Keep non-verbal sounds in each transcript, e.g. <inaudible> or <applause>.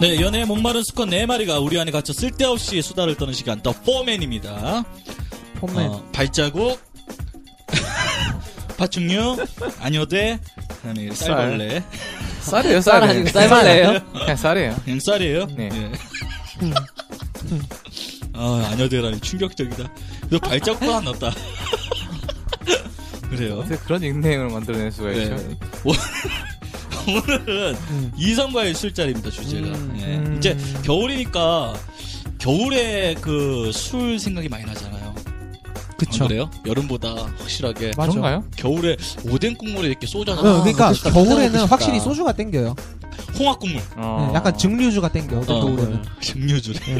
네, 연애의 목마른 수컷 네 마리가 우리 안에 갇혀 쓸데없이 수다를 떠는 시간 더 포맨입니다. 포맨. 어, 발자국, <laughs> 파충류, 아녀대, 그다음에 쌀. 쌀벌레, 쌀이에요, 쌀 쌀. 아니고 쌀벌레예요? 그냥 쌀이에요. 그냥 쌀이에요. 네. 예. <laughs> 아, 아녀대라니 충격적이다. 너 발자국도 안 났다. <laughs> 그래요. 어떻게 그런 닉네임을 만들어낼 수가 네. 있죠? 오늘은 이성과의 술자리입니다 주제가 예. 음. 이제 겨울이니까 겨울에 그 술 생각이 많이 나잖아요 그쵸. 안 그래요? 여름보다 확실하게 맞아. 그런가요? 겨울에 오뎅 국물에 이렇게 소주 하나 네, 그러니까 먹고 싶다. 겨울에는 싶다. 확실히 소주가 땡겨요. 홍합 국물 어. 네, 약간 증류주가 땡겨. 어. 겨울에는. 증류주래 네.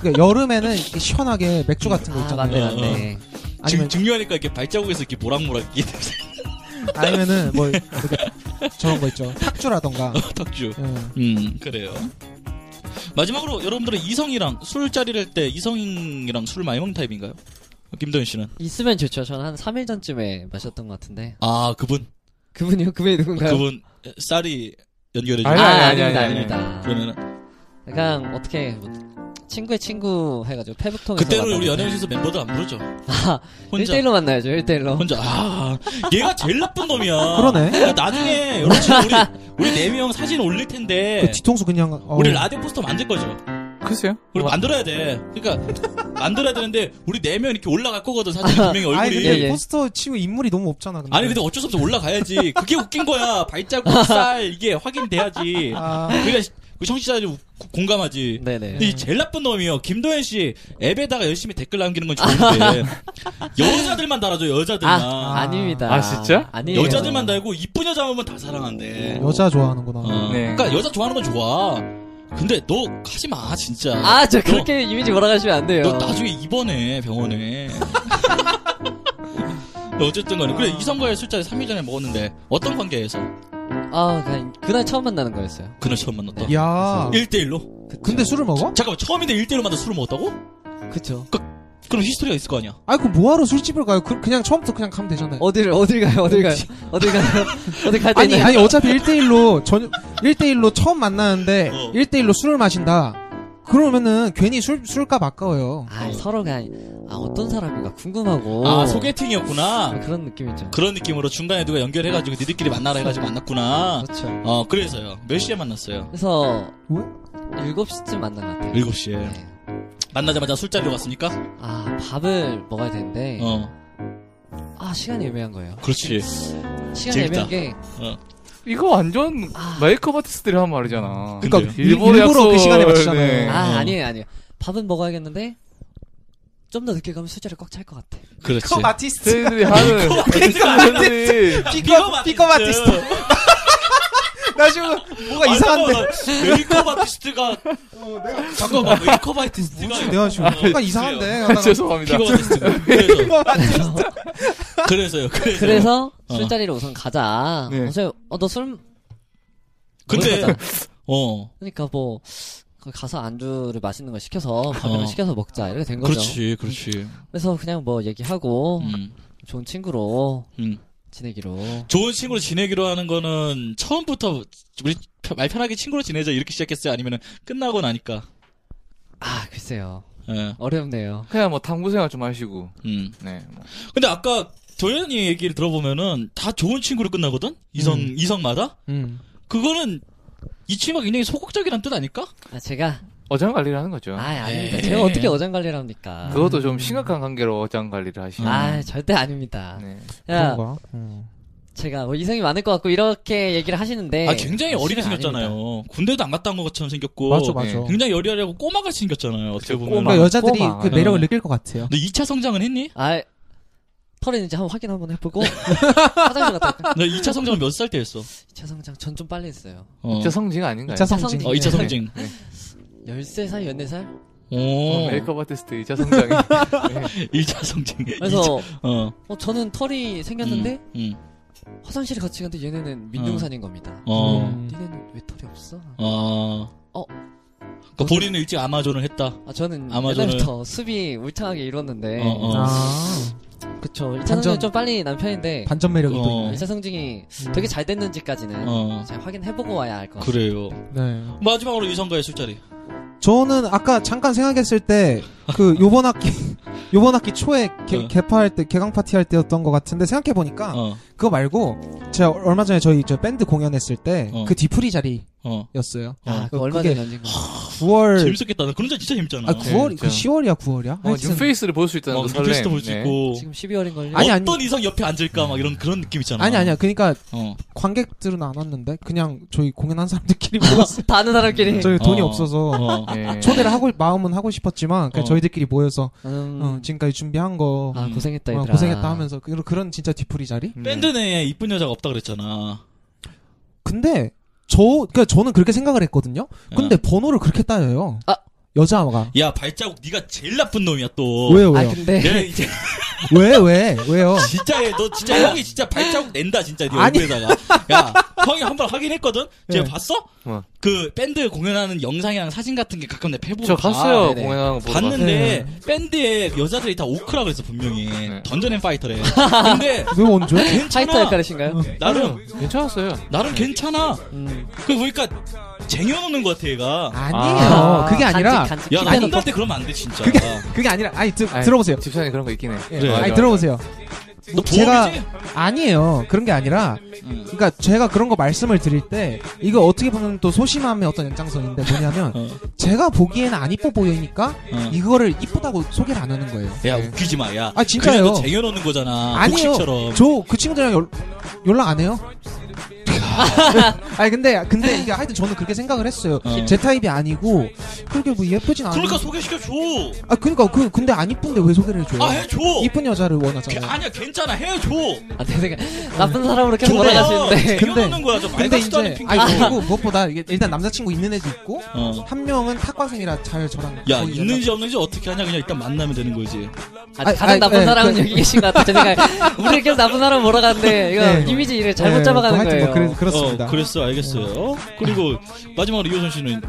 그러니까 여름에는 이렇게 시원하게 맥주 같은 거 있잖아요. 맞네, 맞네. 증, 아니면 증류하니까 이렇게 발자국에서 이렇게 모락모락 이게 <laughs> 냄새 아니면은 뭐 이렇게 저런 거 있죠. 탁주라던가. 탁주 예. 음 그래요 마지막으로 여러분들은 이성이랑 술자리를 할때 이성이랑 술 많이 먹는 타입인가요? 김도현 씨는 있으면 좋죠. 저는 한 3일 전쯤에 마셨던 것 같은데. 아 그분 그분이요? 그분이 누군가요? 그분 쌀이 연결해 아, 아니, 주요 아니, 아니, 아닙니다, 아니, 아닙니다. 그러면 그냥 어떻게 뭐 친구의 친구 해가지고 아, 페북통에서 그때는 우리 만나서. 연예인에서 멤버들 안 부르죠. 아, 혼자 1대1로 만나야죠. 1대1로. 혼자 아 얘가 제일 나쁜 놈이야. 어? 그러네. 야, 나중에 여러분 지금 우리 우리 네 명 사진 올릴 텐데 그 뒤통수 그냥 어, 네. 우리 라디오 포스터 만들 거죠. 글쎄요? 우리 만들어야 돼. 그러니까 만들어야 되는데 우리 네 명 이렇게 올라갈 거거든 사진 <laughs> 분명히 얼굴이. 아니 아니 근데 근데, 예, 예. 포스터 치고 인물이 너무 없잖아. 근데. 어쩔 수 없어 올라가야지. 그게 웃긴 거야. <laughs> 발자국 쌀 이게 확인돼야지. 아, 그러니까 우리 청취자들이 우- 공감하지. 네네. 근데 이 제일 나쁜 놈이요. 김도현 씨 앱에다가 열심히 댓글 남기는 건 <laughs> 좋은데 여자들만 달아줘 아, 여자들만. 아, 아닙니다. 아, 진짜? 아니에요. 여자들만 달고 이쁜 여자만 다 사랑한대. 여자 좋아하는구나. 어. 네. 그러니까 여자 좋아하는 건 좋아. 근데 너 가지 마 진짜. 아, 저 그렇게 이미지 몰아가시면 안 돼요. 너, 너 나중에 입원해 병원에. <laughs> 어쨌든 간에 그래 이성과의 술자리 3일 전에 먹었는데 어떤 관계에서 아, 그냥 그날 처음 만나는 거였어요. 그날 처음 만났다. 야. 1대1로? 근데 술을 먹어? 잠깐만 처음인데 1대1로 만나 술을 먹었다고? 그쵸. 그럼 히스토리가 있을 거 아니야. 아니 그럼 뭐하러 술집을 가요? 그, 그냥 처음부터 그냥 가면 되잖아요. 어딜, 어딜 가요? 어딜 가요? 어딜 가요? 어딜 갈때 아니 아니 어차피 1대1로 전 1대1로 처음 만나는데 어. 1대1로 술을 마신다. 그러면은 괜히 술 술값 아까워요. 아, 서로가, 아, 어떤 사람인가 궁금하고. 아, 아 소개팅이었구나. 그런 느낌이죠. 그런 느낌으로 중간에 누가 연결해가지고 니들끼리 만나라 해가지고 만났구나. 그렇죠. 어, 그래서요. 몇 시에 만났어요? 그래서 왜? 7시쯤 만난 것 같아요. 네. 7시에. 만나자마자 술자리로 갔으니까? 아 밥을 먹어야 되는데 어, 아 시간이 애매한 거예요. 그렇지. 시간 이 재밌다. 애매한 게 이거 완전 아. 메이크업 아티스트들이 한 말이잖아. 그- 그러니까 근데요? 일부러, 일부러 그 약속을, 시간에 맞추잖아요. 네. 아, 어. 아니에요 아니에요. 밥은 먹어야겠는데 좀 더 늦게 가면 술자리 꽉 찰 것 같아. 그렇지. 컵 아티스트. 스테이들이 하는 <laughs> 스테이들이 픽업, 픽업 아티스트. 나 지금 뭐가 아, 이상한데. 메이크업 아티스트가. 잠깐만, 메이크업 아티스트가. 음, 내가 지금 어, 뭔가 그래요. 이상한데. 아, 나- 죄송합니다. 픽업 아티스트. 그래서. 그래서요, 그래서. <laughs> 그래서 어. 술자리로 우선 가자. 네. 어제 어너술 근데, 가자. 어. 그러니까 뭐 거기 가서 안주를 맛있는 걸 시켜서 밥이랑 어. 시켜서 먹자 이렇게 된 거죠. 그렇지, 그렇지. 래서 그냥 뭐 얘기하고 음, 좋은 친구로 음. 지내기로. 좋은 친구로 지내기로 하는 거는 처음부터 우리 편- 말 편하게 친구로 지내자 이렇게 시작했어요? 아니면 은 끝나고 나니까? 아 글쎄요 예. 어렵네요. 그냥 뭐 탐구 생활 좀 하시고. 음. 네. 뭐. 근데 아까 도현이 얘기를 들어보면은 다 좋은 친구로 끝나거든? 이성, 음. 이성마다? 음. 그거는 이 친구가 굉장히 소극적이란 뜻 아닐까? 아 제가 어장 관리를 하는 거죠. 아 아닙니다. 에이. 제가 어떻게 어장 관리를 합니까? 그것도 좀 심각한 관계로 어장 관리를 하시는. 아 절대 아닙니다. 네. 야 그런가? 음. 제가 뭐 이성이 많을 것 같고 이렇게 얘기를 하시는데 아 굉장히 어리게 실은 생겼잖아요. 아닙니다. 군대도 안 갔다 온 것처럼 생겼고 맞아 맞아. 네. 굉장히 여리여리하고 꼬마같이 생겼잖아요. 어떻게 그쵸, 보면. 꼬마. 그러니까 여자들이 꼬마. 그 매력을 느낄 것 같아요. 너 2차 성장은 했니? 아 털은 이제 한번 확인 한번 해보고 화장실 갔다 올까? 너 2차 성장은 몇 살 때 했어? 차 성장 전 좀 빨리 했어요. 어. 진짜 성지가 아닌가요? 이차 성징. 이차 어, 2차 네. <laughs> 성징. 네. 13살, 14살? 오. 음. 어, 메이크업 아티스트 이차 성장이. 네. 1차 성징. 네. 그래서 어. 어, 저는 털이 생겼는데 음, 음. 화장실에 같이 갔는데 얘네는 민둥산인 겁니다. 어. 음. 니네는 왜 털이 없어? 어. 어. 그러니까 본인은 일찍 아마존을 했다. 아 저는 아마존을- 옛날부터 숲이 울창하게 이뤘는데 어, 어. 아 그쵸 이차 반전- 성징이 좀 빨리 남편인데 반전 매력이 또 어. 있네. 이차 성징이 되게 잘 됐는지까지는 어. 잘 확인해보고 와야 알 것 같아요. 그래요. 네. 마지막으로 이성가의 술자리. 저는 아까 잠깐 생각했을 때 그 요번 학기 요번 학기 초에 개, 어. 개파할 때 개강 파티 할 때였던 것 같은데 생각해 보니까 어. 그거 말고 제가 얼마 전에 저희 저 밴드 공연했을 때 그 어. 뒤풀이 자리였어요. 어. 아, 그 어, 얼마 그게- 전에 연진 거. 9월 재밌었겠다. 나 그런 자 진짜 재밌잖아. 네. 아 9월 그 진짜. 10월이야 9월이야? 어, 뉴페이스를 볼 수 있다는 어, 거 설렘. 뉴페이스도 볼 수 네. 있고. 지금 12월인 걸요. 아니, 아니. 뭐 어떤 이성 옆에 앉을까 막 이런 그런 느낌 있잖아. 아니 아니야. 그러니까 어. 관객들은 안 왔는데 그냥 저희 공연한 사람들끼리 <laughs> 모였어요. 다 아는 사람끼리. 저희 돈이 어. 없어서 어. 네. 초대를 하고 마음은 하고 싶었지만 그냥 어. 저희들끼리 모여서 음, 어, 지금까지 준비한 거 아 고생했다 어, 얘들아. 고생했다 하면서 그런 그런 진짜 뒤풀이 자리? 음. 밴드 내에 이쁜 여자가 없다 그랬잖아. 근데 저 그러니까 저는 그렇게 생각을 했거든요. 어. 근데 번호를 그렇게 따요. 아. 여자가 야 발자국 네가 제일 나쁜 놈이야 또. 왜요 아 왜요 근데 얘 이제 왜 왜 왜요? 진짜 얘, 너 진짜 형이 진짜 발자국 낸다 진짜 네 아니. 얼굴에다가. 야 형이 한 번 확인했거든. 쟤 네. 봤어? 뭐. 그 밴드 공연하는 영상이랑 사진 같은 게 가끔 내 페북에 저 다 갔어요 네네. 공연하는 거 보러. 봤는데 밴드에 여자들이 다 오크라 그랬어 분명히 네. 던전 앤 파이터래. 근데 왜 원조? 파이터 괜찮아. 역할이신가요? 음. 나름 갔어요. 괜찮았어요. 나름 괜찮아. 음. 그 보니까 쟁여놓는 것 같아 얘가. 아니에요. 아, 그게 아니라 간직, 간직. 야, 나 아니, 힘들 때 그러면 안 돼, 진짜. 그게- 그게 아니라 아니, 드- 아니, 들어보세요. 집사님 그런 거 있긴 해. 예, 그래. 맞아, 아니 맞아. 들어보세요. 네, 너 보험이지? 음. 제가 아니에요. 그런 게 아니라 그러니까 제가 그런 거 말씀을 드릴 때 이거 어떻게 보면 또 소심함의 어떤 연장선인데 뭐냐면 어, 제가 보기에는 안 이뻐 보이니까 어. 이거를 이쁘다고 소개를 안 하는 거예요. 야, 네. 웃기지 마, 야. 아, 진짜요. 그냥 너 쟁여놓는 거잖아. 아니에요. 곡식처럼. 저 그 친구들이랑 연, 연락 안 해요. 아니 근데 근데 이게 하여튼 저는 그렇게 생각을 했어요. 어. 제 타입이 아니고 그렇게 뭐 예쁘진 않아. 그러니까 소개시켜줘. 아 그러니까 그 근데 안 이쁜데 왜 소개를 해줘요? 아, 해줘. 이쁜 여자를 개- 원하잖아요. 아니야, 괜찮아. 해줘. 아, 내 생각 나쁜 사람으로 계속 줘봐. 돌아가시는데. 쟁여놓는 거야. 저 근데 말같지도 않은 이제 핑계. 아 그리고 무엇보다 이게 일단 남자친구 있는 애도 있고 어. 한 명은 탁과생이라 잘 저랑 야, 거의 있는지 없는지 어떻게 하냐. 그냥 일단 만나면 되는 거지. 어, 아, 아니, 가장 아니, 나쁜 예, 사람은 그- 여기 계신 것 같아. 제 생각에 <laughs> 우리 계속 나쁜 사람 몰아가는데 이거 네. 이미지 일을 연락- 잘못 예, 잡아가는 하여튼 거예요. 뭐 그래, 그렇습니다. 어, 그랬어. 알겠어요. 그리고 마지막으로 이호선 씨는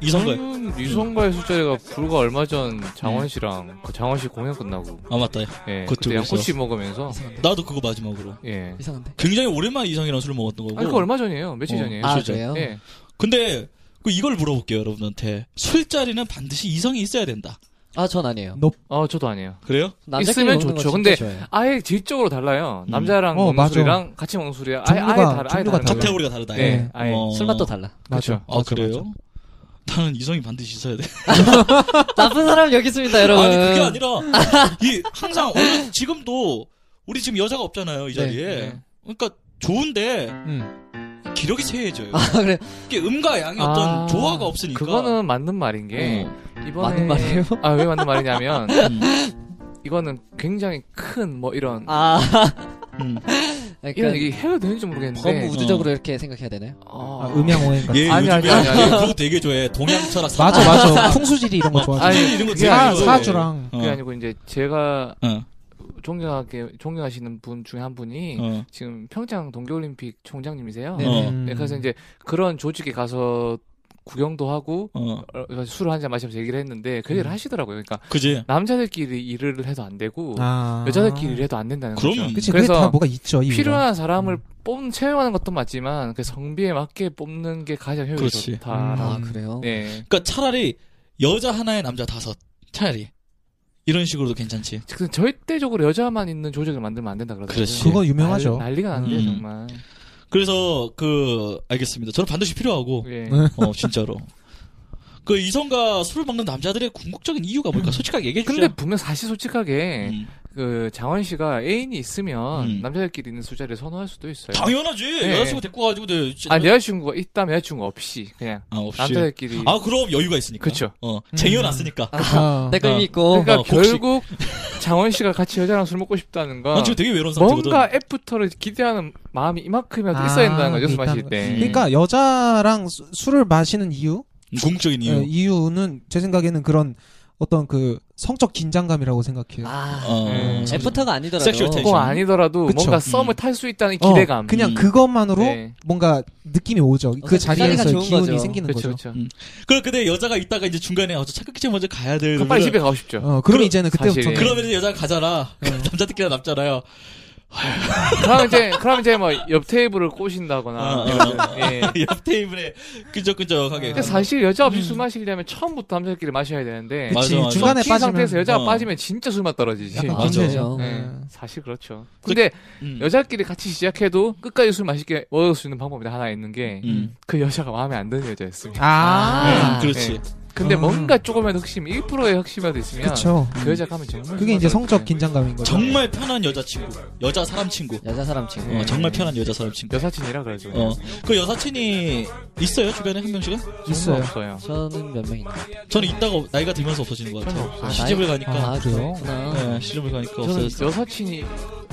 이성가요. 음, 유성가의 술자리가 불과 얼마 전 장원 씨랑 그 장원 씨 공연 끝나고 아, 맞다. 예, 그쪽에서. 그때 양꼬치 먹으면서 이상한데? 나도 그거 마지막으로. 예. 이상한데. 굉장히 오랜만에 이성이랑 술을 먹었던 거고. 아니 그 얼마 전이에요. 며칠 어. 전이에요. 아 실제. 그래요? 예. 근데 그 이걸 물어볼게요, 여러분한테. 술자리는 반드시 이성이 있어야 된다. 아 전 아니에요. 아 저도 아니에요. 그래요? 남자끼리 있으면 먹는 거 좋죠. 진짜 근데 좋아해요. 아예 질적으로 달라요. 음. 남자랑 어, 먹는 맞아. 술이랑 같이 먹는 술이 아예 아예 종류가- 다라. 아예 종류가 다르고요. 달라요. 카테고리가 다르다. 예, 예. 아예. 어. 술맛도 달라. 그렇죠. 맞아. 아, 그래요? 나는 이성이 반드시 있어야 돼. 나쁜 사람 여기 있습니다, 여러분. 아니, 그게 아니라, 이, 항상, 어느- 지금도, 우리 지금 여자가 없잖아요, 이 네, 자리에. 네. 그러니까, 좋은데, 음. 기력이 세해져요. 아, 그래. 이게 음과 양이 어떤 아, 조화가 없으니까. 그거는 예. 맞는 말인 게 어. 이번에 맞는 말이에요? <laughs> 아 왜 맞는 말이냐면 음. 이거는 굉장히 큰 뭐 이런 아, 음. 이런 그러니까 얘기 해도 되는지 모르겠는데 범우주적으로 이렇게 생각해야 되나요? 어. 아, 음양 오행 같은. 얘 아니, 예, 요즘에 아니, 아니, 아니. 얘 그거 되게 좋아해. 동양 철학 사- 맞아 맞아. 풍수지리 이런 거 어, 좋아해. 아니, 예. 이런 거 그게 되게 사 아니고. 좋아해. 사주랑 어. 그게 아니고 이제 제가 어. 존경하게 존경하시는 분 중에 한 분이 어. 지금 평창 동계올림픽 총장님이세요. 네. 어. 음. 네, 그래서 이제 그런 조직에 가서 구경도 하고 어. 어, 술을 한 잔 마시면서 얘기를 했는데 음. 그 얘기를 하시더라고요. 그러니까 그지? 남자들끼리 일을 해도 안 되고 아. 뭐 여자들끼리 일해도 안 된다는 그럼. 거죠. 그치 그게 그래서 다 뭐가 있죠. 이유가. 필요한 사람을 음. 뽑는 채용하는 것도 맞지만 그 성비에 맞게 뽑는 게 가장 효율이 그렇지. 좋다. 아, 음. 그래요? 네. 그러니까 차라리, 여자 하나에 남자 다섯. 차라리. 이런 식으로도 괜찮지. 즉 절대적으로 여자만 있는 조직을 만들면 안 된다 그러더라고요. 그렇지. 그건 유명하죠. 난리, 가 나는데 음. 정말. 그래서 그 알겠습니다. 저는 반드시 필요하고 예. 어 진짜로. 그 음. 이성과 술을 먹는 남자들의 궁극적인 이유가 뭘까? 솔직하게 얘기해 주자. 근데 분명 사실 솔직하게 그렇죠. 음. 그 장원 씨가 애인이 있으면 음. 남자들끼리 있는 술자리를 선호할 수도 있어요. 당연하지. 네. 여자친구 데리고 가지고 내 진짜- 아 여자친구가 있다면 여자친구 없이 그냥 아, 없이. 남자들끼리 아 그럼 여유가 있으니까. 그쵸. 음. 어 쟁여놨으니까. 어. 내가 어. 이미 있고 그러니까 어, 곡식. 결국 장원 씨가 같이 여자랑 술 먹고 싶다는 아, 난 건 지금 되게 외로운 상태거든. 뭔가 애프터를 기대하는 마음이 이만큼이라도 아, 있어야 된다는 거죠 술 있다는 마실 때. 거지. 그러니까 여자랑 수- 술을 마시는 이유? 음, 궁극적인 어, 이유. 예, 이유는 제 생각에는 그런 어떤 그 성적 긴장감이라고 생각해요. 아 어, 음. 성적- 애프터가 아니더라도 섹슈얼 텐션. 그렇죠. 꼭뭐 아니더라도 그쵸. 뭔가 음. 썸을 탈 수 있다는 어, 기대감. 그냥 음. 그것만으로 네. 뭔가 느낌이 오죠. 그 어떤 기대가 자리에서 좋은 기운이 거죠. 생기는 그렇죠, 거죠. 그렇죠. 그 근데 여자가 있다가 이제 중간에 어저 차극기체 먼저 가야 돼. 그럼 빨리 그러면은- 집에 가고 싶죠. 어, 그럼 그럼 이제는 그때부터 사실- 는 그러면 이제 여자가 가잖아. 음. <laughs> 남자들끼리 남잖아요. 그럼 이제 그럼 이제 뭐 옆 테이블을 꼬신다거나. 아, 아니면은, 아, 예. <laughs> 옆 테이블에 끈적끈적하게. 근데 사실 여자 없이 술 마시려면 처음부터 남자끼리 마셔야 되는데 맞아, 그치, 맞아. 음. 중간에 킨 상태에서 빠지면 여자가 어. 빠지면 진짜 술맛 떨어지지. 약간 그렇죠. 맞아. 문제죠. 예, 예. 사실 그렇죠. 그- 근데 음. 여자끼리 같이 시작해도 끝까지 술 맛있게 먹을 수 있는 방법이 하나 있는 게 그 음. 여자가 마음에 안 드는 여자였으면. 아, 음, 그렇지. 예. 근데 음. 뭔가 조금이라도 흑심, 1%의 흑심이라도 있으면 그렇죠. 그 여자 가면 정말 그게 이제 술맛 성적 떨어져요. 긴장감인 거죠. 정말 편한 여자친구. 여자 사람 친구. 여자 사람 친구 어, 정말 편한 여자 사람 친구. 여사친이라 그러죠. 어. 그 여사친이 있어요? 주변에 한 명씩은? 정말 있어요. 없어요. 저는 몇 명 있는 것 같아요 저는 있다가 나이가 들면서 없어지는 것 같아요. 저는 없어요. 시집을 가니까. 아 그렇구나 네, 시집을 가니까 저는 없어졌어요. 여사친이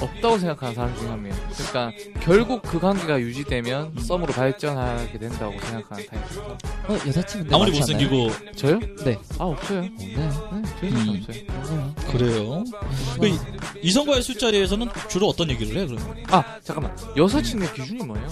없다고 생각하는 사람 중에 한 명. 그러니까 결국 그 관계가 음. 유지되면 썸으로 발전하게 된다고 생각하는 타입. 어, 여자친구 근데 아무리 많지 못생기고. 저요? 네. 아 없어요. 않나요? 네, 저희 는 음. 없어요. 없네요 그래요. 그 이- 이성과의 술자리에서는 주로 어떤 얘기를 해요, 그러면? 아 잠깐만. 여사친의 기준이 뭐예요?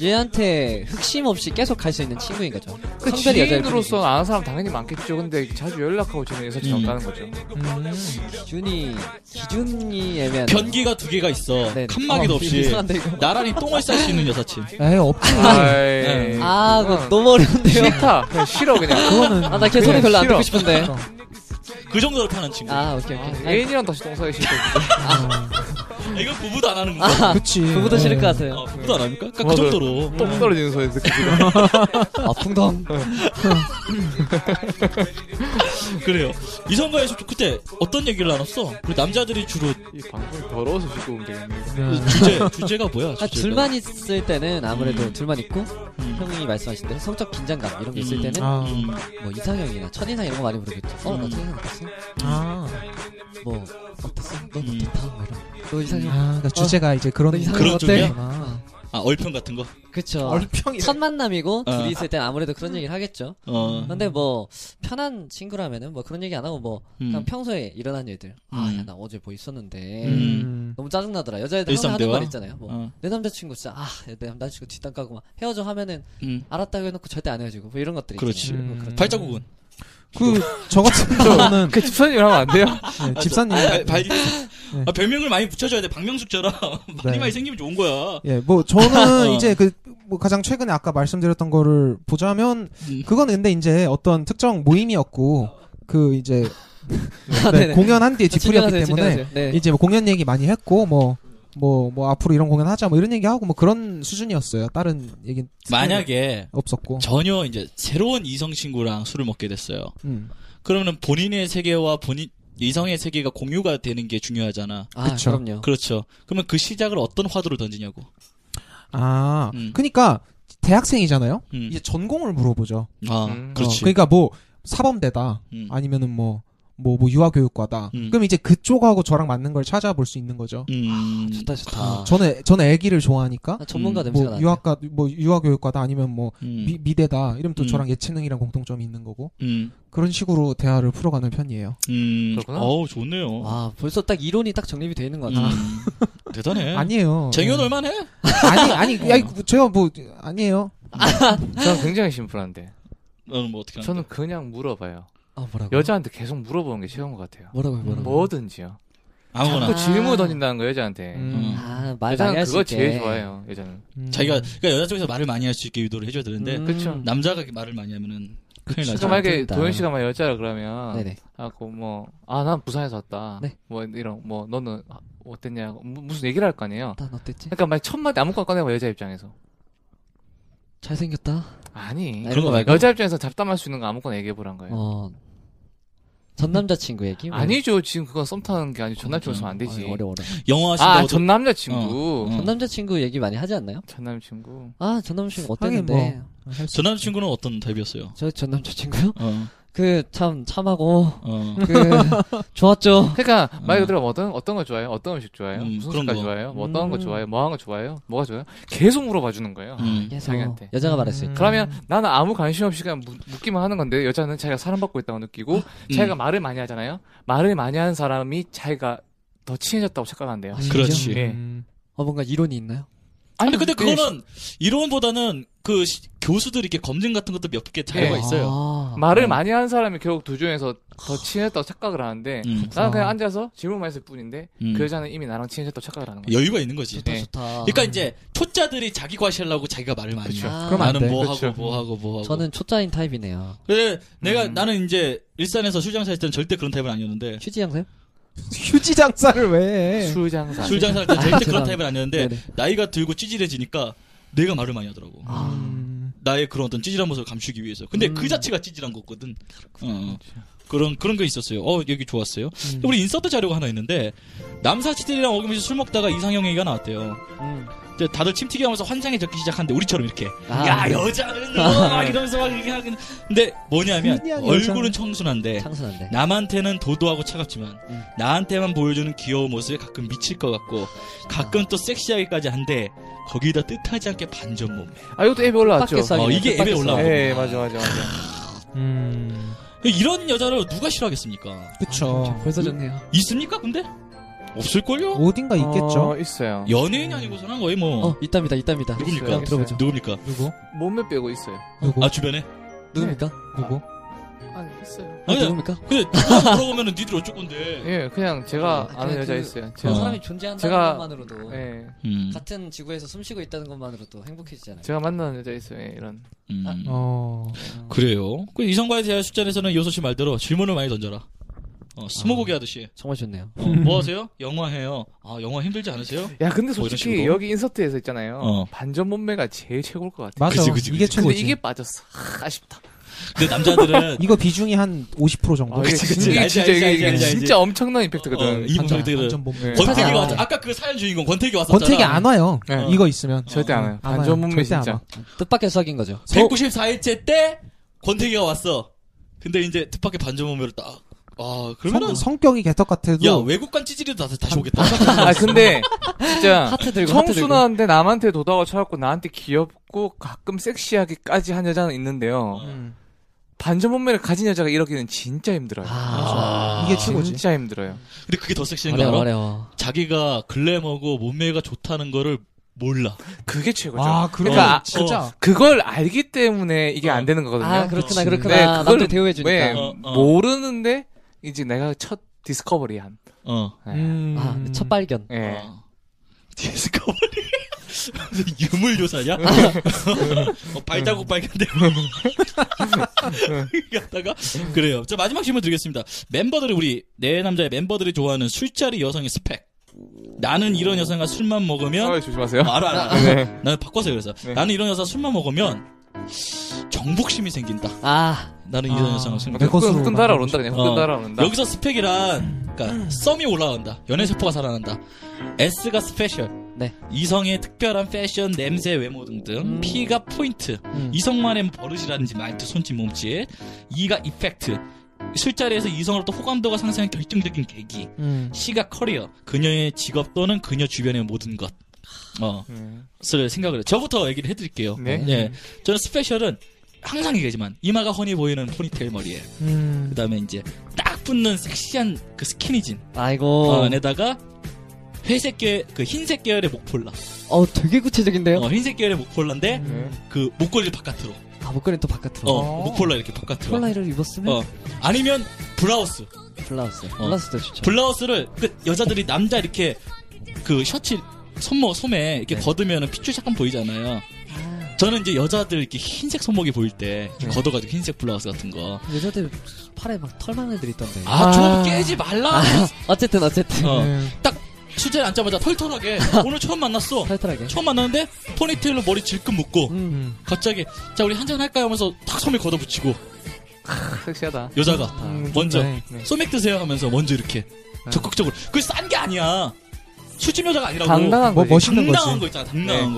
얘한테 흑심 없이 계속 갈 수 있는 친구인 거죠 그 성별이 여자일 지인으로서 아는 사람 당연히 많겠죠. 근데 자주 연락하고 지내는 여사친 음. 없다는 거죠. 음. 뿐이지. 기준이 기준이 애매한 변기가 두 개가 있어. 칸막이도 없이. 네. 이상한데 이거 나란히 똥을 쌀 수 있는 여사친. 에이, 없지. 음. 아이, 예. 아 그거 그건 너무 어려운데요 네. 싫다. 그냥 싫어 그냥. 그거는 아나 걔 소리 별로 안 싫어. 듣고 싶은데 그 정도로 편한 친구. 아 오케이 아, 오케이 예. 애인이랑 다시 동사기 싫어. 아, 이건 부부도 안 하는 거야. 아 그치. 그거보다 싫을 예. 것 같아요 아, 부부도 안 합니까? 그 맞아요. 정도로. 똥 떨어지는 소리 듣고 지금. 아 풍덩 그래요. 이성과에서 그때 어떤 얘기를 나눴어? 그 남자들이 주로 이 방송이 더러워서 죽고 오면 되겠네. 음. 주제 주제가 뭐야? 아, 주제가? 둘만 있을 때는 아무래도 둘만 있고 음. 형이 말씀하신 대로 성적 긴장감 이런 게 있을 음. 때는 아. 음. 뭐 이상형이나 첫인상 이런 거 많이 물어겠죠 어나 음. 첫인상 어땠어? 아. 뭐 어땠어? 넌 음. 어땠다? 뭐 이런 너 이상형 아, 그러니까 주제가 이제 그런 너 이상형 그런 어때? 쪽이야? 아 얼평 같은 거. 그쵸 얼평이 첫 만남이고 어. 둘이 있을 땐 아무래도 그런 얘기를 하겠죠 어. 근데 뭐 편한 친구라면은 뭐 그런 얘기 안 하고 뭐 그냥 음. 평소에 일어난 일들 아 음. 야 나 어제 뭐 있었는데 음. 너무 짜증나더라 여자애들 항상 일상 하는 대화? 말 있잖아요 뭐 어. 내 남자친구 진짜 아내 남자친구 뒷담 까고 막 헤어져 하면은 음. 알았다고 해놓고 절대 안 헤어지고 뭐 이런 것들이 그렇지. 음. 있잖아요. 뭐 그런- 발자국은. 그저 같은 경우는 그 집사님을 하면 안 <laughs> 돼요? 예, 집사님 발, 발, 네. 아, 별명을 많이 붙여줘야 돼. 박명숙처럼 <laughs> 많이 네. 많이 생기면 좋은 거야. 예, 뭐 어. 저는 이제 그 뭐 가장 최근에 아까 말씀드렸던 거를 보자면 음. 그건 근데 이제 어떤 특정 모임이었고 그 이제 아, 네, 네네. 공연한 뒤에 아, 진정하세요, 뒤풀이었기 때문에 진정하세요. 네. 이제 뭐 공연 얘기 많이 했고 뭐 뭐 뭐 앞으로 이런 공연 하자 뭐 이런 얘기 하고 뭐 그런 수준이었어요. 다른 얘기 만약에 없었고. 어. 전혀 이제 새로운 이성 친구랑 술을 먹게 됐어요. 음. 그러면은 본인의 세계와 본인 이성의 세계가 공유가 되는 게 중요하잖아. 아, 그쵸. 그럼요. 그렇죠. 그러면 그 시작을 어떤 화두로 던지냐고. 아, 음. 그러니까 대학생이잖아요. 음. 이제 전공을 물어보죠. 아, 음. 그렇지. 어, 그러니까 뭐 사범대다 음. 아니면은 뭐 뭐 뭐 유아교육과다. 음. 그럼 이제 그쪽하고 저랑 맞는 걸 찾아볼 수 있는 거죠. 음. 좋다 좋다. 저는 저는 애기를 좋아하니까 아, 전문가 음, 냄새가 뭐 나네. 유아과 뭐 유아교육과다 아니면 뭐 음. 미, 미대다 이러면 또 음. 저랑 예체능이랑 공통점이 있는 거고 음. 그런 식으로 대화를 풀어가는 편이에요. 음. 그렇구나. 어우, 좋네요. 와 벌써 딱 이론이 딱 정립이 되어 있는 것 아, 같아. 음. <laughs> 대단해. 아니에요. 네. 쟁여놓을 만해? 아니 <laughs> 아니 아니, 제가 뭐 아니에요. 저는 굉장히 심플한데. 너는 뭐 어떻게 하는데? 저는 그냥 물어봐요. 아 뭐라고? 여자한테 계속 물어보는 게 최고인 것 같아요. 뭐라고 뭐라고? 뭐든지요. 아무거나. 자꾸 질문 던진다는 거예요, 네. 여자한테. 음. 아말 많이 여자는 할수 그거 있게. 제일 좋아해요, 여자는. 음. 자기가 그러니까 여자 쪽에서 말을 많이 할 수 있게 유도를 해줘야 되는데 음. 그쵸. 남자가 이렇게 말을 많이 하면은 큰일 그쵸. 나죠. 그러니까 만약에 힘들다. 도현 씨가 만 여자라 그러면, 네네. 하고 뭐, 아, 난 부산에서 왔다. 네. 뭐, 이런, 뭐, 너는 아, 어땠냐고, 무- 무슨 얘기를 할 거 아니에요. 난 어땠지? 그러니까 만약 첫마디 아무거나 꺼내봐, 여자 입장에서. 잘생겼다. 아니. 그런 거 말고. 네. 여자 입장에서 잡담할 수 있는 거 아무거나 얘기해보란 거예요. 어 전 남자친구 얘기? 어. 아니죠. 지금 그건 썸 타는 게 아니고 전 남친구 면안 되지. 어려 어려. 영화 아, 하신다고 전 남자친구. 어, 어. 전 남자친구 얘기 많이 하지 않나요? 전 남자친구. 아, 전 남자친구 하긴 뭐. 어땠는데? 할수 전 남친구는 어떤 타입이었어요? 저 전 남자친구요? 어, 그 참 참하고 <laughs> 어. 그 좋았죠. 그러니까 말 음. 그대로 어떤 어떤 거 좋아해요? 어떤 음식 좋아해요? 음, 무슨 그런 색깔 거. 좋아해요? 뭐 어떤 거 음. 좋아해요? 뭐 하는 거 좋아해요? 뭐가 좋아요? 계속 물어봐 주는 거예요. 음. 그래서 자기한테. 여자가 말했으니까. 그러면 나는 아무 관심 없이 그냥 묻- 묻기만 하는 건데 여자는 자기가 사랑받고 있다고 느끼고 음. 자기가 말을 많이 하잖아요. 말을 많이 하는 사람이 자기가 더 친해졌다고 착각한대요. 아, 진짜? 그렇지. 예. 음. 어 뭔가 이론이 있나요? 아니 근데 예. 그거는 이론보다는 그 시- 교수들 이렇게 검증 같은 것도 몇 개 자료가 예. 있어요. 아, 말을 어. 많이 하는 사람이 결국 도중에서 더 친해졌다고 착각을 하는데 음. 나는 그냥 아. 앉아서 질문만 했을 뿐인데 음. 그 여자는 이미 나랑 친해졌다고 착각을 하는 거예요. 여유가 있는 거지. 좋다 예. 좋다. 그러니까 이제 초짜들이 자기 과시하려고 자기가 말을 많이 해. 아, 그럼 안 나는 돼. 뭐 그쵸. 하고 뭐 하고 뭐 하고. 저는 초짜인 타입이네요. 그래 내가 음. 나는 이제 일산에서 술장사할 때는 절대 그런 타입은 아니었는데 휴지 양쌤? 휴지 장사를 왜? 해? 술장사. 예. 술장사할 때는 절대 그런 아, 죄송합니다. 타입은 아니었는데 네네. 아. 나이가 들고 찌질해지니까 내가 말을 많이 하더라고. 음. 나의 그런 어떤 찌질한 모습을 감추기 위해서. 근데 음. 그 자체가 찌질한 거거든. 어, 그런 그런 게 있었어요. 어 여기 좋았어요. 음. 우리 인서트 자료가 하나 있는데 남사치들이랑 어김없이 술 먹다가 이상형 얘기가 나왔대요. 음. 이제 다들 침튀기 하면서 환장해 적기 시작하는데 우리처럼 이렇게 아, 야 네. 여자는 뭐, 막 이러면서 막 이렇게 하긴 근데 뭐냐면 그냥 얼굴은 여자는. 청순한데 네. 창순한데. 남한테는 도도하고 차갑지만 음. 나한테만 보여주는 귀여운 모습에 가끔 미칠 것 같고 가끔 또 섹시하기까지 한데 거기다 뜻하지 않게 반전 몸매 아 이것도 앱에 올라왔죠. 뜻밖의 썰이네, 어, 이게 앱에 뜻밖의 썰. 올라오고. 예, 맞아, 맞아, 맞아. 음. 이런 여자를 누가 싫어하겠습니까? 그쵸. 아, 벌써 좋네요. 있습니까 근데? 없을걸요? 어딘가 있겠죠. 어, 있어요. 연예인이 아니고서는 거의 뭐 음. 어 있답니다 있답니다. 네, 누굽니까? 있어요, 있어요. 들어보죠. 누굽니까? 누구? 예. 몸매 빼고 있어요. 누구? 아 주변에? 누굽니까? 누구? 아니 있어요. 아, 아니, 누굽니까? 근데 누가 물어보면 은 니들 어쩔 건데 예, 그냥 제가 아, 아는 그냥 여자 그- 있어요. 그 제가 어. 사람이 존재한다는 제가- 것만으로도 예, 음, 같은 지구에서 숨쉬고 있다는 것만으로도 행복해지잖아요. 제가 만나는 여자 있어요. 예, 이런. 음. 아, 어. 그래요 그 이성과의 대화 숫자에서는 요소 씨 말대로 질문을 많이 던져라 어, 스무고개 하듯이 정말 좋네요. 어, 뭐 하세요? 영화 해요 아 영화 힘들지 않으세요? 야, 뭐 근데 이런 솔직히 식으로? 여기 인서트에서 있잖아요. 어. 반전 몸매가 제일 최고일 것 같아. 요 맞아. 그치, 그치, 이게 그치. 근데 최고지. 이게 빠졌어. 하, 아쉽다. 근데 <laughs> 남자들은 이거 비중이 한 50% 정도. 아, 이게 어, 그치, 그치. 진짜, 알지, 진짜, 알지, 이게 알지, 알지. 진짜 엄청난 어, 임팩트거든. 이 반전, 분들은 네. 반전 몸매. 예. 절대 권태기 안 왔 와요. 아까 그 사연 주인공 권태기 왔었잖아. 권태기 안 와요. 예. 이거 있으면. 절대 안 와요. 안 와요. 반전 몸매 절대 안 진짜. 와. 뜻밖의 썩인 거죠. 194회째 때 권태기가 왔어. 근데 이제 뜻밖의 반전 몸매로 딱. 아 그러면은 성, 성격이 개떡 같아도 야 외국간 찌질이도 다시, 다시 오겠다. 아, 근데 진짜 하트 들고 하트 들고. 청순한데 남한테 도다가 쳐갖고 나한테 귀엽고 가끔 섹시하기까지 한 여자는 어. 있는데요. 음. 반전 몸매를 가진 여자가 이러기는 진짜 힘들어요. 아, 이게 최고지. 진짜 힘들어요. 근데 그게 더 섹시한 거 어려워 알아? 어려워. 자기가 글래머고 몸매가 좋다는 거를 몰라. 그게 최고죠. 아, 그럼 그러니까, 진짜 어. 그걸 알기 때문에 이게 어. 안 되는 거거든요. 아 네, 그렇구나 그렇구나. 네, 남들 그걸 대우해 왜 주니까. 어, 어. 모르는데 이제 내가 첫 디스커버리한. 어. 네. 음. 아첫 발견. 예. 어. <laughs> 디스커버리. <laughs> 유물 조사냐? <laughs> 어, 발자국 <laughs> 발견되고 갔다가 그래요. 자 마지막 질문 드리겠습니다. 멤버들이 우리 네 남자의 멤버들이 좋아하는 술자리 여성의 스펙. 나는 이런 여성과 술만 먹으면 어, 조심하세요. 어, 알아 알아. 네. 나는 바꿔서 그래서 네. 나는 이런 여자 술만 먹으면 정복심이 생긴다. 아 나는 이런 아. 여성과 술 먹으면 내 것으로 훅끈 따라온다 그냥 훅끈 어. 따라온다. 여기서 스펙이란 그러니까 음. 썸이 올라간다. 연애 세포가 살아난다. S가 스페셜. 네. 이성의 특별한 패션, 냄새, 외모 등등. 음. P가 포인트. 음. 이성만의 버릇이라든지 말투, 손짓, 몸짓. E가 이펙트. 술자리에서 이성으로부터 호감도가 상승한 결정적인 계기. 음. C가 커리어. 그녀의 직업 또는 그녀 주변의 모든 것. 어, 네. 를 생각을 해요. 저부터 얘기를 해드릴게요. 네. 예. 저는 스페셜은 항상 얘기하지만 이마가 훤히 보이는 포니테일 머리에 음. 그다음에 이제 딱 붙는 섹시한 그 스키니진 아이고. 어, 안에다가 회색 계열 그 흰색 계열의 목폴라 어 되게 구체적인데요. 어, 흰색 계열의 목폴라인데 네. 그 목걸이 바깥으로 아 목걸이 또 바깥으로. 어 목폴라 이렇게 바깥으로 폴라이를 입었으면 어 아니면 블라우스 블라우스. 블라우스도 좋죠. 블라우스를 그 여자들이 남자 이렇게 그 셔츠 손목 소매 이렇게 걷으면 핏줄 잠깐 보이잖아요 아, 저는 이제 여자들 이렇게 흰색 손목이 보일 때 이렇게 걷어가지고 흰색 블라우스 같은 거 아 여자들 팔에 막 털만 애들 있던데. 좀 아. 깨지 말라 <laughs> 어쨌든 어쨌든 어. 음. 술자리 앉자마자 털털하게 오늘 처음 만났어 털털하게. 처음 만났는데 포니테일로 머리 질끈 묶고 음. 갑자기 자 우리 한잔 할까요 하면서 탁 소매 걷어붙이고 섹시하다. 여자가 음, 먼저 좋네. 네. 소맥 드세요 하면서 먼저 이렇게 네. 적극적으로 그 싼 게 아니야 수집 여자가 아니라고 당당한 뭐 네. 어, 거지. 네. 멋있는 당당한 거지. 거 있잖아 당당한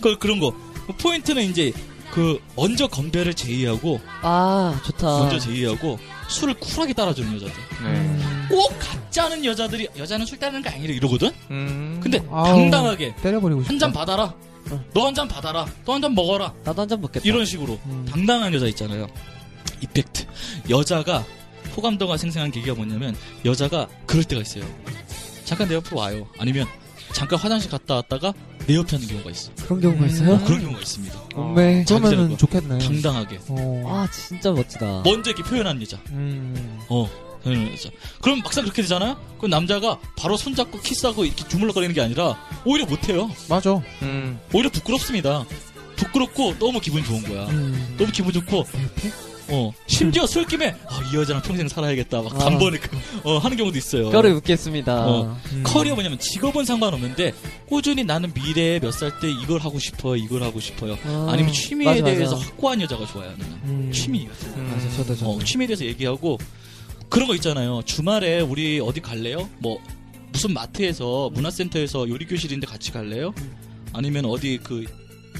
거그 그런 거 포인트는 이제 그 먼저 건배를 제의하고 아 좋다. 먼저 제의하고 술을 쿨하게 따라주는 여자들 네. 음. 꼭 같지 않은 여자들이 여자는 술 따는 거 아니라 이러거든 음. 근데 아우. 당당하게 때려버리고 싶다. 한 잔 받아라 어. 너 한 잔 받아라 너 한 잔 먹어라 나도 한 잔 먹겠다. 이런 식으로 음. 당당한 여자 있잖아요. 이펙트. 여자가 호감도가 생생한 계기가 뭐냐면 여자가 그럴 때가 있어요. 잠깐 내 옆으로 와요. 아니면 잠깐 화장실 갔다 왔다가 내 옆에 하는 경우가 있어. 그런 경우가 음. 있어요? 그런 경우가 있습니다. 어, 몸매 자기 자는 거. 그러면은 음. 좋겠네. 당당하게 어. 아 진짜 멋지다. 먼저 이렇게 표현하는 여자. 음. 어. 표현하는 여자. 그럼 막상 그렇게 되잖아요. 그럼 남자가 바로 손잡고 키스하고 이렇게 주물럭거리는 게 아니라 오히려 못해요. 맞아. 음. 오히려 부끄럽습니다. 부끄럽고 너무 기분 좋은 거야. 음. 너무 기분 좋고 어 심지어 술김에 아, 이 여자랑 평생 살아야겠다 막 아. 단번에 그- 어, 하는 경우도 있어요. 뼈를 웃겠습니다. 어. 커리어 뭐냐면 직업은 상관없는데 꾸준히 나는 미래에 몇 살 때 이걸 하고 싶어요, 이걸 하고 싶어요. 아, 아니면 취미에 맞아, 맞아. 대해서 확고한 여자가 좋아요. 나는. 음. 취미 음. 맞아, 저도 저도. 어, 취미에 대해서 얘기하고 그런 거 있잖아요. 주말에 우리 어디 갈래요? 뭐 무슨 마트에서 문화센터에서 요리 교실인데 같이 갈래요? 아니면 어디 그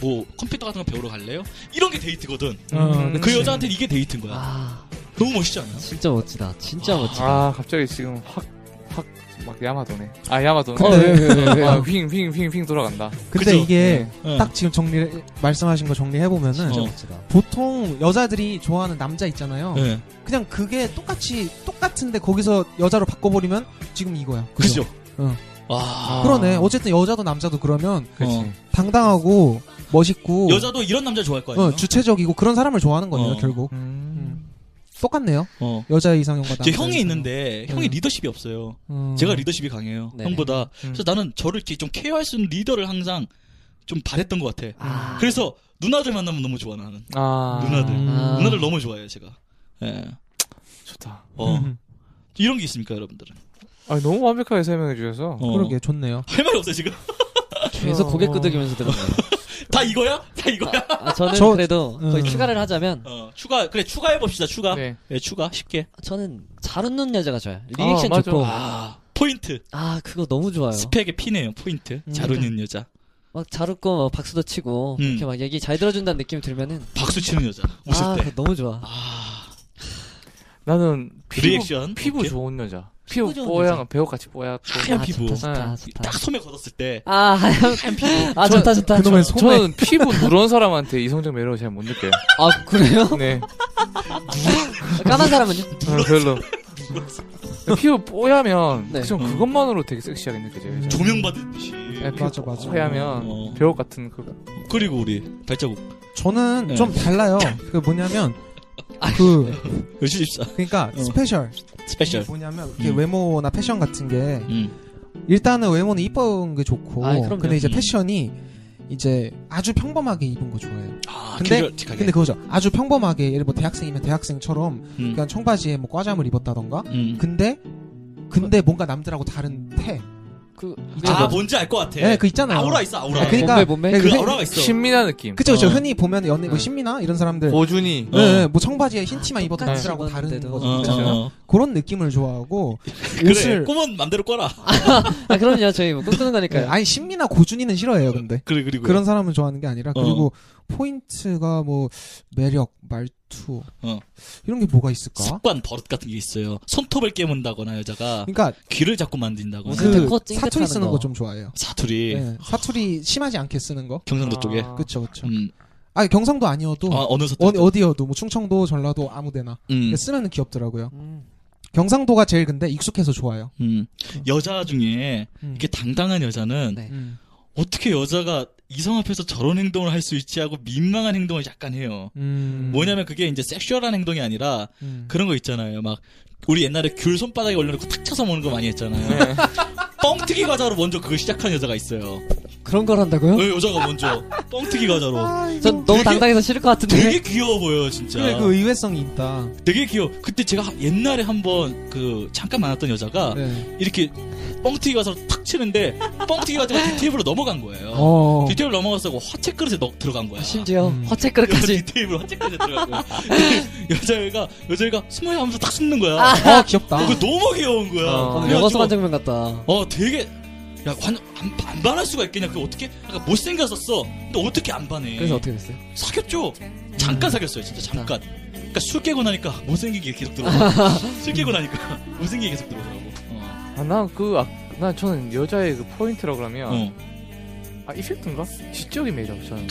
뭐 컴퓨터 같은 거 배우러 갈래요? 이런 게 데이트거든. 어, 음. 그 여자한테 이게 데이트인 거야. 아 너무 멋있지 않아요? 진짜 멋지다. 진짜 아. 멋지다. 아 갑자기 지금 확 확 막 야마도네. 아 야마도네. 어, 어, 예, 근데- 아, 휘핑핑핑핑 돌아간다. 근데 그죠? 이게 응. 딱 지금 정리 말씀하신 거 정리해 보면은 진짜 어. 멋지다. 보통 여자들이 좋아하는 남자 있잖아요. 예. 그냥 그게 똑같이 똑같은데 거기서 여자로 바꿔버리면 지금 이거야. 그죠? 아, 응. 와. 그러네. 어쨌든 여자도 남자도 그러면 그렇지. 어. 당당하고 멋있고 여자도 이런 남자 좋아할 거 아니에요? 어, 주체적이고 그런 사람을 좋아하는 거네요. 어. 결국 음. 똑같네요. 어. 여자 이상형과 남자 제 형이 이상형. 있는데 형이 음. 리더십이 없어요. 음. 제가 리더십이 강해요. 네. 형보다. 그래서 음. 나는 저를 이렇게 좀 케어할 수 있는 리더를 항상 좀 바랬던 것 같아. 아. 그래서 누나들 만나면 너무 좋아 나는. 아 누나들. 음. 아. 누나를 너무 좋아해요 제가. 예. 좋다. 어. 음. 이런 게 있습니까 여러분들은? 아 너무 완벽하게 설명해 주셔서. 어. 그러게 좋네요. 할 말이 없어요 지금? 계속 어. 고개 끄덕이면서 들었네요. 다 이거야? 다 이거야? 아, 저는 저- 그래도 거의 음. 추가를 하자면 어. 추가 그래 추가해 봅시다 추가. 네. 예, 추가 쉽게. 저는 잘 웃는 여자가 좋아요. 리액션 맞아. 좋고 아 포인트. 아 그거 너무 좋아요. 스펙의 피네요 포인트. 잘 웃는 여자. 막 잘 웃고 막 박수도 치고 음. 이렇게 막 얘기 잘 들어준다는 느낌 들면은 박수 치는 여자. 웃을 아 때. 그거 너무 좋아. 나는 피부, 그 리액션. 피부 오케이. 좋은 여자. 피부 좋은 뽀얀 배우같이 뽀얗고. <laughs> 하얀 아, 피부. 좋다 좋다 응. 좋다. 딱 소매 걷었을 때. 아 하얀 피부. 아 좋다 좋다. 그놈의 좋아. 소매. 저는 피부 누런 사람한테 이성적 매력을 잘 못 느껴요. 아 그래요? 네. 까만 사람은요? 어, 별로. <laughs> 피부 뽀야면 네. 음. 좀 그것만으로 되게 섹시하게 느껴져요. 저는. 조명받은 듯이. 네, 피부 맞아, 맞아. 뽀야면 어. 배우 같은 그 그리고 우리 발자국. 저는 네. 좀 <laughs> 달라요. 그 뭐냐면 그 의식집사 그러니까 어. 스페셜 이게 스페셜. 뭐냐면 이렇게 음. 외모나 패션 같은 게 음. 일단은 외모는 이쁜 게 좋고 아이, 그럼요. 근데 이제 음. 패션이 이제 아주 평범하게 입은 거 좋아해요. 아, 근데- 캐주얼틱하게. 근데 그거죠. 아주 평범하게 예를 뭐 대학생이면 대학생처럼 음. 그냥 청바지에 뭐 꽈잠을 입었다던가 음. 근데 근데 뭔가 남들하고 다른 태. 그 아, 뭔지 알 것 같아. 예, 그 있잖아요. 아우라 있어, 아우라. 네, 그니까 몸매, 몸매? 그 그 아우라가 있어. 신미한 느낌. 그쵸 그쵸 어. 흔히 보면 연예 뭐 응. 신미나 이런 네. 사람들 보준이. 예, 예, 어. 뭐 청바지에 흰 티만 아, 입었던 똑같이 애들하고 다른 입었는데도. 거 어, 있잖아요. 어, 어. 그런 느낌을 좋아하고 그래. 옷을 꿈은 맘대로 꿔라. 아 그럼요 저희 뭐 꿈꾸는 예, 거니까요. 아니 신미나 고준이는 싫어해요 근데 그래, 그리고. 그런 사람은 좋아하는 게 아니라 어. 그리고 포인트가 뭐 매력 말투 어. 이런 게 뭐가 있을까? 습관 버릇 같은 게 있어요. 손톱을 깨문다거나 여자가 그러니까 귀를 잡고 만진다거나 무슨 그 태코 찡긋하는 사투리 쓰는 거. 거 좀 좋아해요. 사투리 예, 사투리 심하지 않게 쓰는 거. 경상도 쪽에 아. 그쵸 그쵸. 음. 아 경상도 아니어도 아, 어느 사투리? 어디 어디여도 뭐 충청도 전라도 아무데나 음. 쓰면 귀엽더라고요. 음. 경상도가 제일 근데 익숙해서 좋아요. 음. 여자 중에 음. 이렇게 당당한 여자는 네. 음. 어떻게 여자가 이성 앞에서 저런 행동을 할 수 있지 하고 민망한 행동을 약간 해요. 음. 뭐냐면 그게 이제 섹슈얼한 행동이 아니라 음. 그런 거 있잖아요. 막 우리 옛날에 귤 <laughs> 손바닥에 올려놓고 탁 쳐서 먹는 거 많이 했잖아요. 뻥튀기 과자로 먼저 그걸 시작한 여자가 있어요. 그런 걸 한다고요? 왜 여자가 먼저 뻥튀기 과자로 전 너무 되게- 당당해서 싫을 것 같은데. 되게 귀여워 보여요 진짜 그래 그 의외성이 있다. 되게 귀여워 그때 제가 옛날에 한번 그 잠깐 만났던 여자가 네. 이렇게 뻥튀기 과자로 탁 치는데 뻥튀기 과자가 뒷테이블로 넘어간 거예요 어. 뒷테이블 넘어갔다고 화채 그릇에 넣, 들어간 거야 <laughs> 아, 심지어 음. 화채 그릇까지. 뒷테이블 화채 그릇에 들어간 거야 근데 여자애가 여자애가 숨어야 하면서 딱 숨는 거야 아 귀엽다. 그거 너무 귀여운 거야 어, 어, 그래가지고 영화 속 한 장면 같다. 어 되게 야 관, 안, 안 반할 수가 있겠냐 그 어떻게 약간 못생겼었어 근데 어떻게 안 반해 그래서 어떻게 됐어요? 사귀었죠 잠깐 사귀었어요 진짜 잠깐 그러니까 술 깨고 나니까 못생긴 게 계속 들어오고 술 깨고 나니까 <laughs> 못생긴 게 계속 들어오더라고 어, 아, 난그 아, 난 저는 여자의 그 포인트라 그러면 어. 아 이펙트인가? 지적인 매력 저는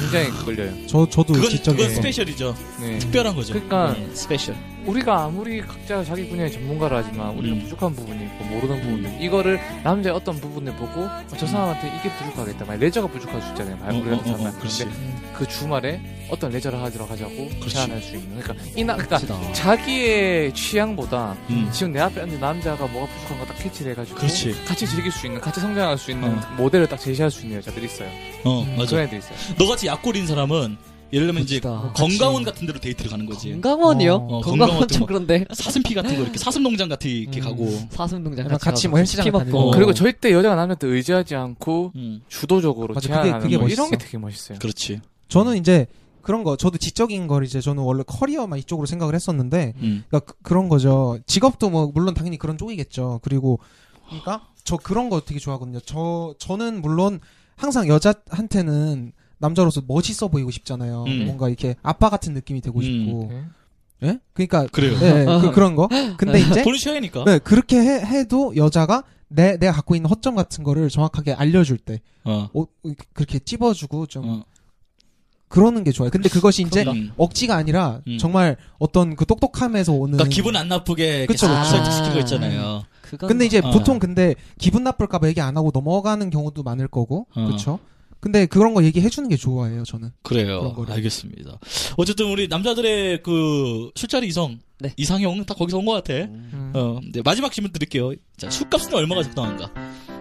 굉장히 걸려요. 저 저도 그건, 지적이에요. 그건 스페셜이죠 네. 특별한 거죠 그러니까 음, 스페셜 우리가 아무리 각자 자기 분야의 전문가라 하지만 우리가 음. 부족한 부분이 있고 모르는 부분들 이거를 남자의 어떤 부분을 보고 어, 저 사람한테 이게 부족하겠다 만약 레저가 부족할 수 있잖아요 어, 말 어, 모르는 어, 어, 사람한테 그렇지 근데 그 주말에 어떤 레저를 하러 가자고 그렇지. 제안할 수 있는 그러니까 이나 그러니까 그치다. 자기의 취향보다 음. 지금 내 앞에 앉은 남자가 뭐가 부족한 거 딱 캐치를 해가지고 그렇지. 같이 즐길 수 있는 같이 성장할 수 있는 어. 모델을 딱 제시할 수 있는 여자들이 있어요 어 그런 맞아 애들이 있어요 너같이 약골인 사람은 예를 들면 이제 멋지다. 건강원 같은 데로 데이트를 가는 거지 건강원이요? 어, 건강원 건강원 같은 거. 좀 그런데. 사슴피 같은 거 이렇게 사슴 농장 같은 게 음. 가고 사슴동장 약간 같이, 같이 가서 뭐 헬스장 피 다니는 먹고. 거. 그리고 절대 여자가 남자한테 의지하지 않고 음, 주도적으로 맞아, 그게- 제안하는 그게 거 이런 멋있어. 게 되게 멋있어요 그렇지 저는 이제 그런 거 저도 지적인 걸 이제 저는 원래 커리어만 이쪽으로 생각을 했었는데 음. 그러니까 그, 런 거죠. 직업도 뭐 물론 당연히 그런 쪽이겠죠. 그리고 그러니까 저 그런 거 되게 좋아하거든요. 저 저는 물론 항상 여자한테는 남자로서 멋있어 보이고 싶잖아요. 음. 뭔가 이렇게 아빠 같은 느낌이 되고 음. 싶고. 네. 예? 그러니까 그래요 아. 예, 예, 그, 그런 거. 근데 이제 돈이 취하니까 네, 그렇게 해, 해도 여자가 내 내가 갖고 있는 허점 같은 거를 정확하게 알려줄 때 어. 어, 그렇게 찝어주고 좀 어. 그러는 게 좋아요. 근데 그것이 이제 그런가? 음. 억지가 아니라 음. 정말 어떤 그 똑똑함에서 오는 그러니까 기분 안 나쁘게 그쵸, 이렇게 그쵸. 설득시키는 거 있잖아요. 그건 근데 이제 어. 보통 근데 기분 나쁠까봐 얘기 안 하고 넘어가는 경우도 많을 거고 어. 그렇죠. 근데 그런 거 얘기해 주는 게 좋아해요 저는. 그래요. 그런 거를. 알겠습니다. 어쨌든 우리 남자들의 그 술자리 이성 네. 이상형 딱 거기서 온 것 같아. 음. 어, 네, 마지막 질문 드릴게요. 자, 술값은 얼마가 적당한가?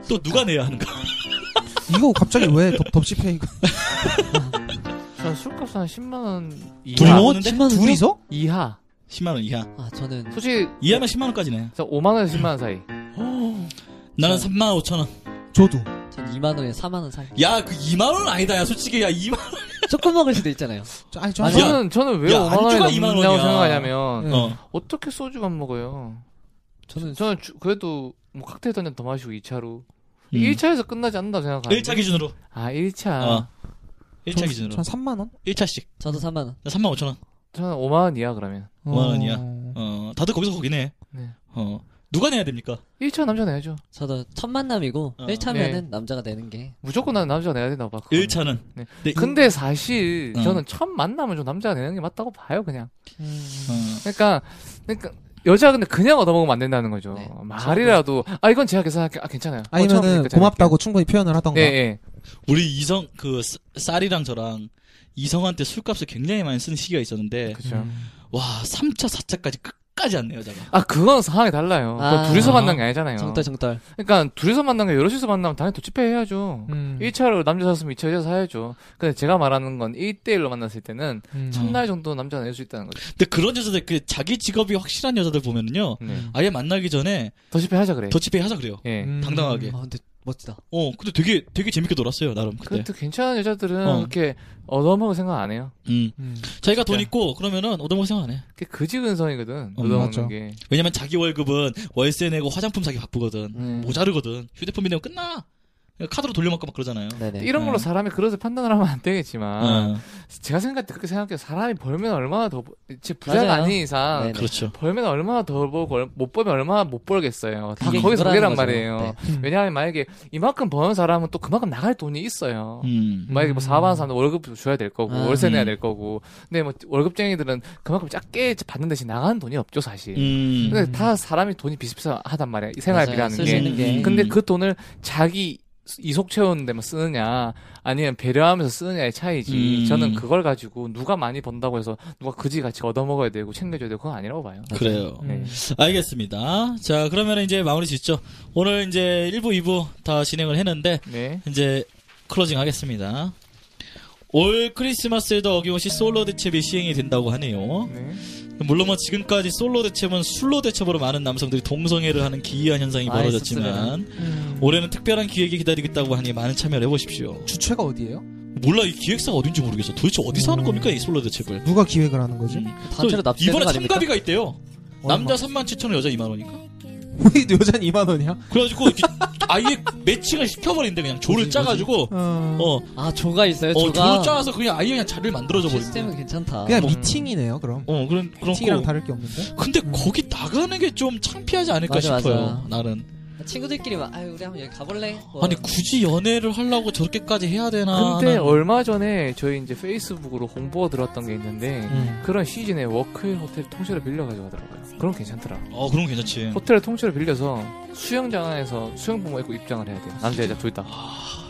또 누가 내야 하는가? <laughs> 이거 갑자기 왜 덥, 덥씹해 이거 전 술값 한 10만 원 이하. 둘이 어, 먹는데 10만 원. 둘이서? 이하. 10만 원 이하. 아, 저는 솔직히 이하면 10만 원까지네. 저 5만 원에서 10만 원 사이. 나는 3만 5천 원. 저도. 전 2만 원에 4만 원 사이. 야, 그 2만 원 아니다. 야, 솔직히 야, 2만 원. 조금 먹을 수도 있잖아요. 저, 아니 저 아니, 저는 항상 저는 왜 야, 5만 원이 안주가 2만 넘는다고 원이야. 생각하냐면 네. 어. 어떻게 소주만 먹어요? 저는 저는 주- 그래도 뭐 칵테일 한잔 더 마시고 2차로 음. 1차에서 끝나지 않는다고 생각하는데 1차 기준으로. 음. 아 1차 어. 1차 저- 기준으로. 저 3만 원? 1차씩. 저도 3만 원. 3만 5천 원. 저는 5만 원 이하 그러면 어. 5만 원이야. 어, 다들 거기서 거기네. 네. 어. 누가 내야 됩니까? 1차 남자 내야죠 저도 첫 만남이고 어. 1차면은 네. 남자가 내는 게 무조건 나는 남자가 내야 된다고 봐 그거는. 1차는. 네. 근데, 근데 사실 어. 저는 첫 만나면 좀 남자가 내는 게 맞다고 봐요 그냥 어. 그러니까 그러니까 여자가 근데 그냥 얻어먹으면 안 된다는 거죠 네. 말이라도 아 이건 제가 계산할게 아 괜찮아요 어, 아니면은 처음이니까 제가 고맙다고 충분히 표현을 하던가. 할게요. 네, 네. 우리 이성 그 쌀- 쌀이랑 저랑 이성한테 술값을 굉장히 많이 쓰는 시기가 있었는데 그죠 음. 와 3차 4차까지 끝까지 안 내요 자가 아, 그건 상황이 달라요. 그건 아. 둘이서 만난 게 아니잖아요. 정떨 정떨. 그러니까 둘이서 만난 게 여럿이서 만나면 당연히 도치페해야죠. 음. 1차로 남자 샀으면 2차 여자 사야죠. 근데 제가 말하는 건 1대1로 만났을 때는 음. 첫날 정도 남자가 낼 수 있다는 거죠. 근데 그런 여자들 그 자기 직업이 확실한 여자들 보면은요 음. 네. 아예 만나기 전에 도치페 하자 그래. 더치페이 하자 그래요 예. 음. 당당하게. 아, 근데 멋지다. 어 근데 되게 되게 재밌게 놀았어요 나름 그때 네. 그래도 괜찮은 여자들은 어. 그렇게 얻어먹을 생각 안 해요. 음. 음. 자기가 돈 진짜. 있고 그러면은 얻어먹을 생각 안 해 그게 그지근성이거든. 어, 얻어먹는 맞아. 게. 왜냐면 자기 월급은 월세 내고 화장품 사기 바쁘거든 음. 모자르거든 휴대폰 비내면 끝나 카드로 돌려먹고 막 그러잖아요 네네. 음. 이런 걸로 어. 사람이 그래서 판단을 하면 안 되겠지만 어, 제가 생각할 때 그렇게 생각해요. 사람이 벌면 얼마나 더 벌- 진짜 부자가 맞아요. 아닌 이상 네. 그렇죠 벌면 얼마나 더 벌고 얼- 못 벌면 얼마나 못 벌겠어요. 다 그게 거기서 그거라는 그게란 거죠. 말이에요. 네. 음. 왜냐하면 만약에 이만큼 버는 사람은 또 그만큼 나갈 돈이 있어요. 음. 만약에 뭐 음. 4만 사람도 월급 줘야 될 거고 아, 월세 음. 내야 될 거고 근데 뭐 월급쟁이들은 그만큼 작게 받는 대신 나가는 돈이 없죠 사실. 음. 근데 다 사람이 돈이 비슷비슷하단 말이야 이 생활비라는 맞아요. 쓸수 게. 있는 게. 음. 근데 그 돈을 자기 이속 채우는 데만 쓰느냐 아니면 배려하면서 쓰느냐의 차이지. 음. 저는 그걸 가지고 누가 많이 번다고 해서 누가 그지같이 얻어먹어야 되고 챙겨줘야 되고 그건 아니라고 봐요. 그래요 네. 알겠습니다. 자, 그러면 이제 마무리 짓죠. 오늘 이제 1부, 2부 다 진행을 했는데, 네. 이제 클로징 하겠습니다. 올 크리스마스에도 어김없이 솔로 대첩이 시행이 된다고 하네요. 네. 물론 뭐 지금까지 솔로 대첩은 술로 대첩으로 많은 남성들이 동성애를 하는 기이한 현상이 아, 벌어졌지만 올해는 특별한 기획이 기다리고 있다고 하니 많은 참여를 해보십시오. 음. 주최가 어디예요? 몰라 이 기획사가 어딘지 모르겠어. 도대체 어디서 하는 겁니까 이 솔로 대첩을? 누가 기획을 하는 거지? 음. 음. 그 단체로 또 납치하는 이번에 거 아닙니까? 참가비가 있대요. 남자 3만 7천 원, 여자 2만 원이니까. <laughs> 우리 여자는 2만 원이야? 그래가지고 이렇게 아예 매칭을 시켜버린대 그냥 조를 뭐지, 짜가지고 어. 어, 아 조가 있어요. 어 조가. 조를 짜서 그냥 아예 그냥 자리를 만들어져 버린대. 시스템은 괜찮다. 어. 그냥 뭐. 미팅이네요, 그럼. 어 그런 그런 미팅이랑 거. 다를 게 없는데. 근데 거기 나가는 게 좀 창피하지 않을까 맞아, 맞아. 싶어요. 나는 친구들끼리 막 아유 우리 한번 여기 가볼래? 뭐. 아니 굳이 연애를 하려고 저렇게까지 해야 되나? 아, 근데 나는- 얼마 전에 저희 이제 페이스북으로 홍보가 들어왔던 게 있는데 음. 그런 시즌에 워크힐 호텔 통째로 빌려가지고 하더라고요. 그럼 괜찮더라. 어 그럼 괜찮지. 호텔을 통째로 빌려서 수영장 안에서 수영복 입고 입장을 해야 돼요. 남자 여자 둘 다.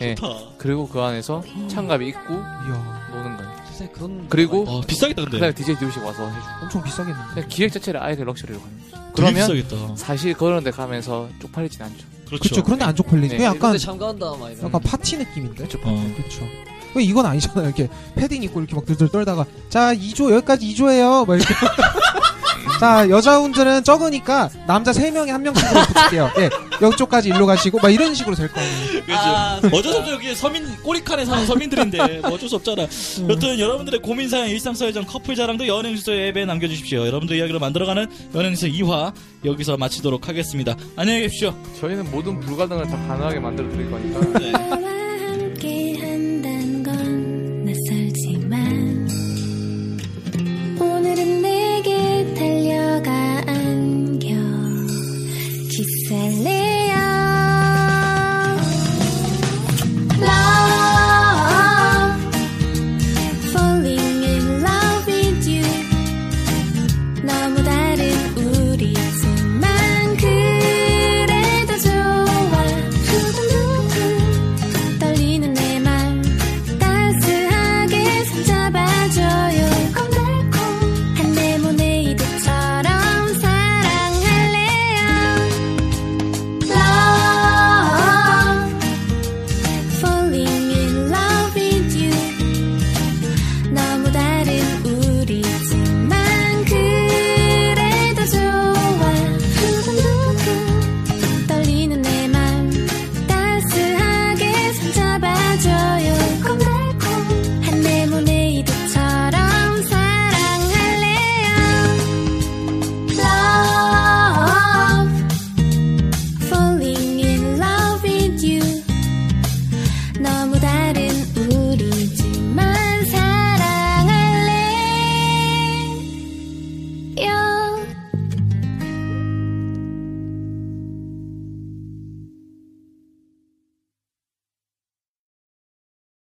예. 아, 좋다. 그리고 그 안에서 창갑이 입고 음, 이야, 노는 거예요. 세상에 그런 그리고 어 비싸겠다 근데. 그날 DJ 디오씨 와서 해주고 엄청 비싸겠는데. 그냥 기획 자체를 아예 럭셔리로 가는 거죠. 되게 그러면 비싸겠다. 사실 그런 데 가면서 쪽팔리진 않죠. 그렇죠. 그렇죠. 그런데 안쪽 걸리지. 네, 음. 그 약간 이런데 참가한다 막 이런. 약간 파티 느낌인데. 그쵸, 어. 그렇죠. 왜 이건 아니잖아요. 이렇게 패딩 입고 이렇게 막 들들 떨다가 자 2조 여기까지 2조예요. 막 이렇게 <laughs> 자 여자분들은 적으니까 남자 3명에 한 명씩으로 붙일게요. 예, 여쪽까지 일로 가시고 막 이런 식으로 될 거예요. 그죠. 啊뭐 어쩔 수 없죠. 여기 서민, 꼬리칸에 사는 서민들인데, 뭐 어쩔 수 없잖아. 여튼 여러분들의 고민사연, 일상사회전, 커플 자랑도 연예뉴스 앱에 남겨주십시오. 여러분들 이야기로 만들어가는 연예뉴스 2화, 여기서 마치도록 하겠습니다. 안녕히 계십시오. 저희는 모든 불가능을 다 가능하게 만들어 드릴 거니까. 나와 함께 한단 건 낯설지만 오늘은 내게 달려가 안겨 기살래요 Love Falling in love with you 너무 다른 우리지만 그래도 좋아 후두두두 떨리는 내 맘 따스하게 손잡아줘요 달콤달콤 한 레모네이드처럼 사랑할래요 Love Falling in love with you 너무 다른 우리지만 그래도 좋아 두근두근 떨리는 내 맘 따스하게 손잡아줘요 달콤달콤 한 레모네이드처럼 사랑할래요 Love Falling in love with you 너무 다른 우리지만 사랑할래요.